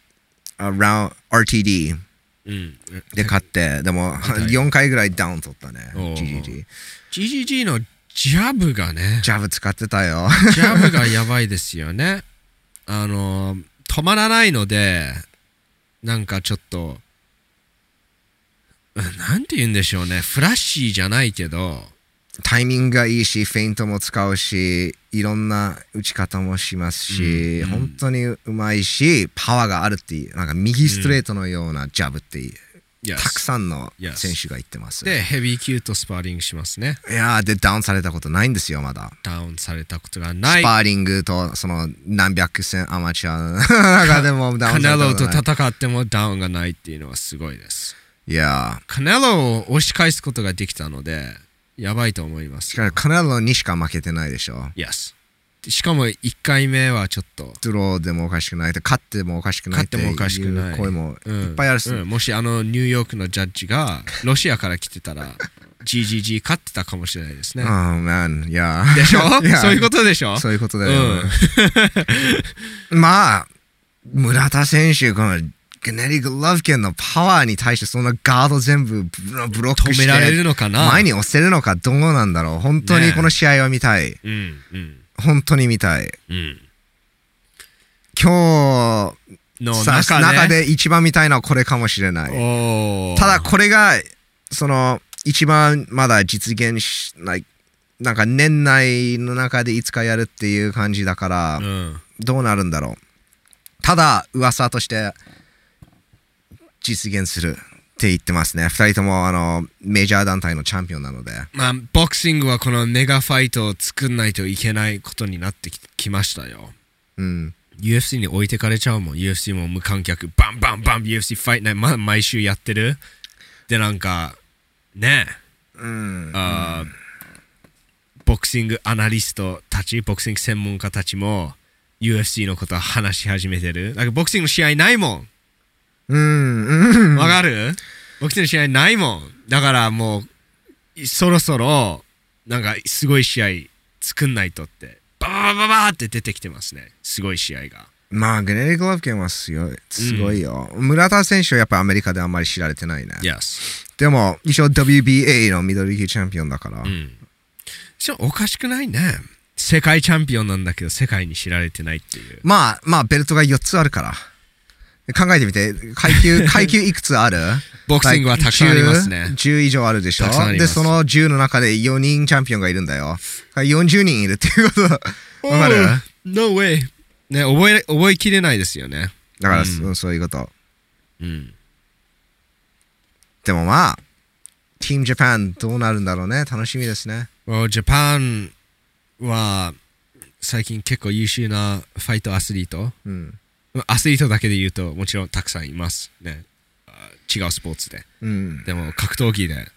あラウン RTD うん。で勝って、でもい4回ぐらいダウン取ったね、おー GGG。 GGG のジャブがね。ジャブ使ってたよ。ジャブがやばいですよね。あの、止まらないので、なんかちょっと、うんなんて言うんでしょうね。フラッシーじゃないけど、タイミングがいいし、フェイントも使うし、いろんな打ち方もしますし、うん本当にうまいし、パワーがあるっていう、なんか右ストレートのようなジャブっていう、いやたくさんの Yes 選手が言ってます。で、ヘビー級とスパーリングしますね。いやー、で、ダウンされたことないんですよ、まだ。ダウンされたことがなスい。パーリングと、その、何百戦アマチュアの <laughs> 中でもダウカンネされたことない。ロと戦ってもダウンがないっていうのはすごいです。いやカネロを押し返すことができたので、やばいと思いまー、しす。かもカナダにしか負けてないでしょ。 Yes。しかも1回目はちょっと、ドローでもおかしくないって、勝ってもおかしくないって勝ってもおかしくいなうい声もうんいっぱいあるし、うんもしあのニューヨークのジャッジ <laughs> がロシアから来てたら GGG 勝ってたかもしれないですね。ああ、man <laughs> いやーでしょ Yeah そういうことでしょそういうことうだよ、ん、 <laughs> まあ、村田選手、このグネリ・グラブケンのパワーに対して、そんなガード全部ブブロックして、止められるのかな前に押せるのかどうなんだろう。本当ねにえこの試合は見たい。うんうん本当に見たい。うん今日、のさ中で。中で一番見たいのはこれかもしれない。おーただ、これが、その、一番まだ実現しない、なんか年内の中でいつかやるっていう感じだから、うん。どうなるんだろう。ただ、噂として、実現するって言ってますね。二人とも、あの、メジャー団体のチャンピオンなので。まあ、ボクシングはこのメガファイトを作んないといけないことになってききましたよ。うん。 UFC に置いてかれちゃうもん。UFC も無観客、バンバンバン、UFC ファイトナイト、まあ、毎週やってる。で、なんか、ねえ。うん。あーボクシングアナリストたちボクシング専門家たちも UFC のことは話し始めてるなんかボクシングの試合ないもうん。うんんわかる、ボクシングの試合ないもんだからもういそろそろなんかすごい試合作んないとってバババババーって出てきてますねすごい試合がまあ、グレリー・ゴロフケンはすごい、すごいよ。村田選手はやっぱアメリカであんまり知られてないね。 Yes でも、一応 WBA のミドル級チャンピオンだから。うんしかもおかしくないね世界チャンピオンなんだけど世界に知られてないっていうまあ、まあ、ベルトが4つあるから。考えてみて、階 <laughs> 級、階級いくつあるボクシングはたくさんありますね 10, 10以上あるでしょたくさんありまで、すその10の中で4人チャンピオンがいるんだよ。40人いるっていうこと。わかる No way ね覚え覚えきれないですよねだから、うんそそういうこと。うんでもまあ、ティームジャパンどうなるんだろうね。楽しみですね。 Well, ジャパンは最近結構優秀なファイトアスリートうん。アスリートだけで言うともちろんたくさんいますねあ違うスポーツでうん。でも格闘技で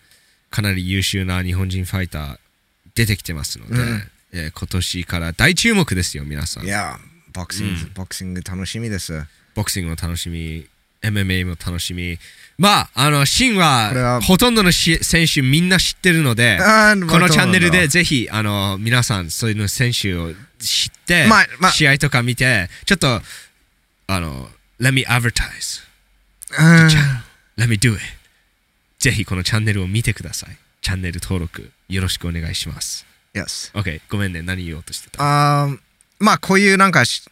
かなり優秀な日本人ファイター出てきてますので、うんえー今年から大注目ですよ皆さんいや、ボクシング、うボクシング楽しみです。ボクシングも楽しみ、MMA も楽しみ。まあ、あの、シンこれはは、ほとんどのし選手みんな知ってるの <laughs> で、あーこのチャンネル。まであどうなんだろぜひ、あの、皆さん、そういうの選手を知って、まあまあ試合とか見て、ちょっと、あの、let me advertise. ううん let me do it. ぜひ、このチャンネルを見てください。チャンネル登録、よろしくお願いします。 Yes. OK、ごめんね、何言おうとしてた。あーまあこういうなんかし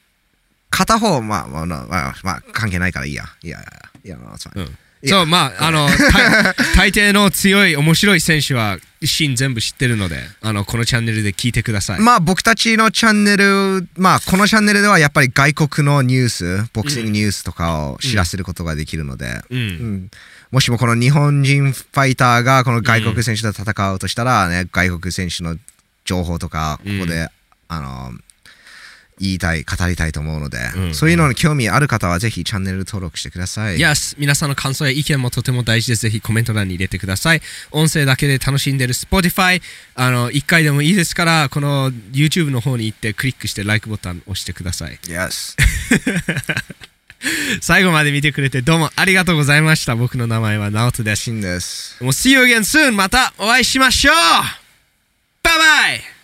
片方まあまあまあ、まあまあ関係ないからいいやいやいやいやまあそううんいやそう、まあ、あの、た <laughs> 大抵の強い、面白い選手は、シーン全部知ってるので、あの、このチャンネルで聞いてください。まあ僕たちのチャンネルまあこのチャンネルではやっぱり外国のニュースボクシングニュースとかを知らせることができるので、ううんん。もしもこの日本人ファイターがこの外国選手と戦うとしたらね、外国選手の情報とかここで、あの言いたい語りたいと思うので、うんそういうのに興味ある方はぜひチャンネル登録してください。 Yes、皆さんの感想や意見もとても大事です。ぜひコメント欄に入れてください。音声だけで楽しんでる Spotify、あの、1回でもいいですから、この YouTube の方に行ってクリックして、LIKE ボタン押してください。 <laughs> Yes 最後まで見てくれてどうもありがとうございました。僕の名前は直人です。シンです。もう See you again soon! またお会いしましょうバイバイ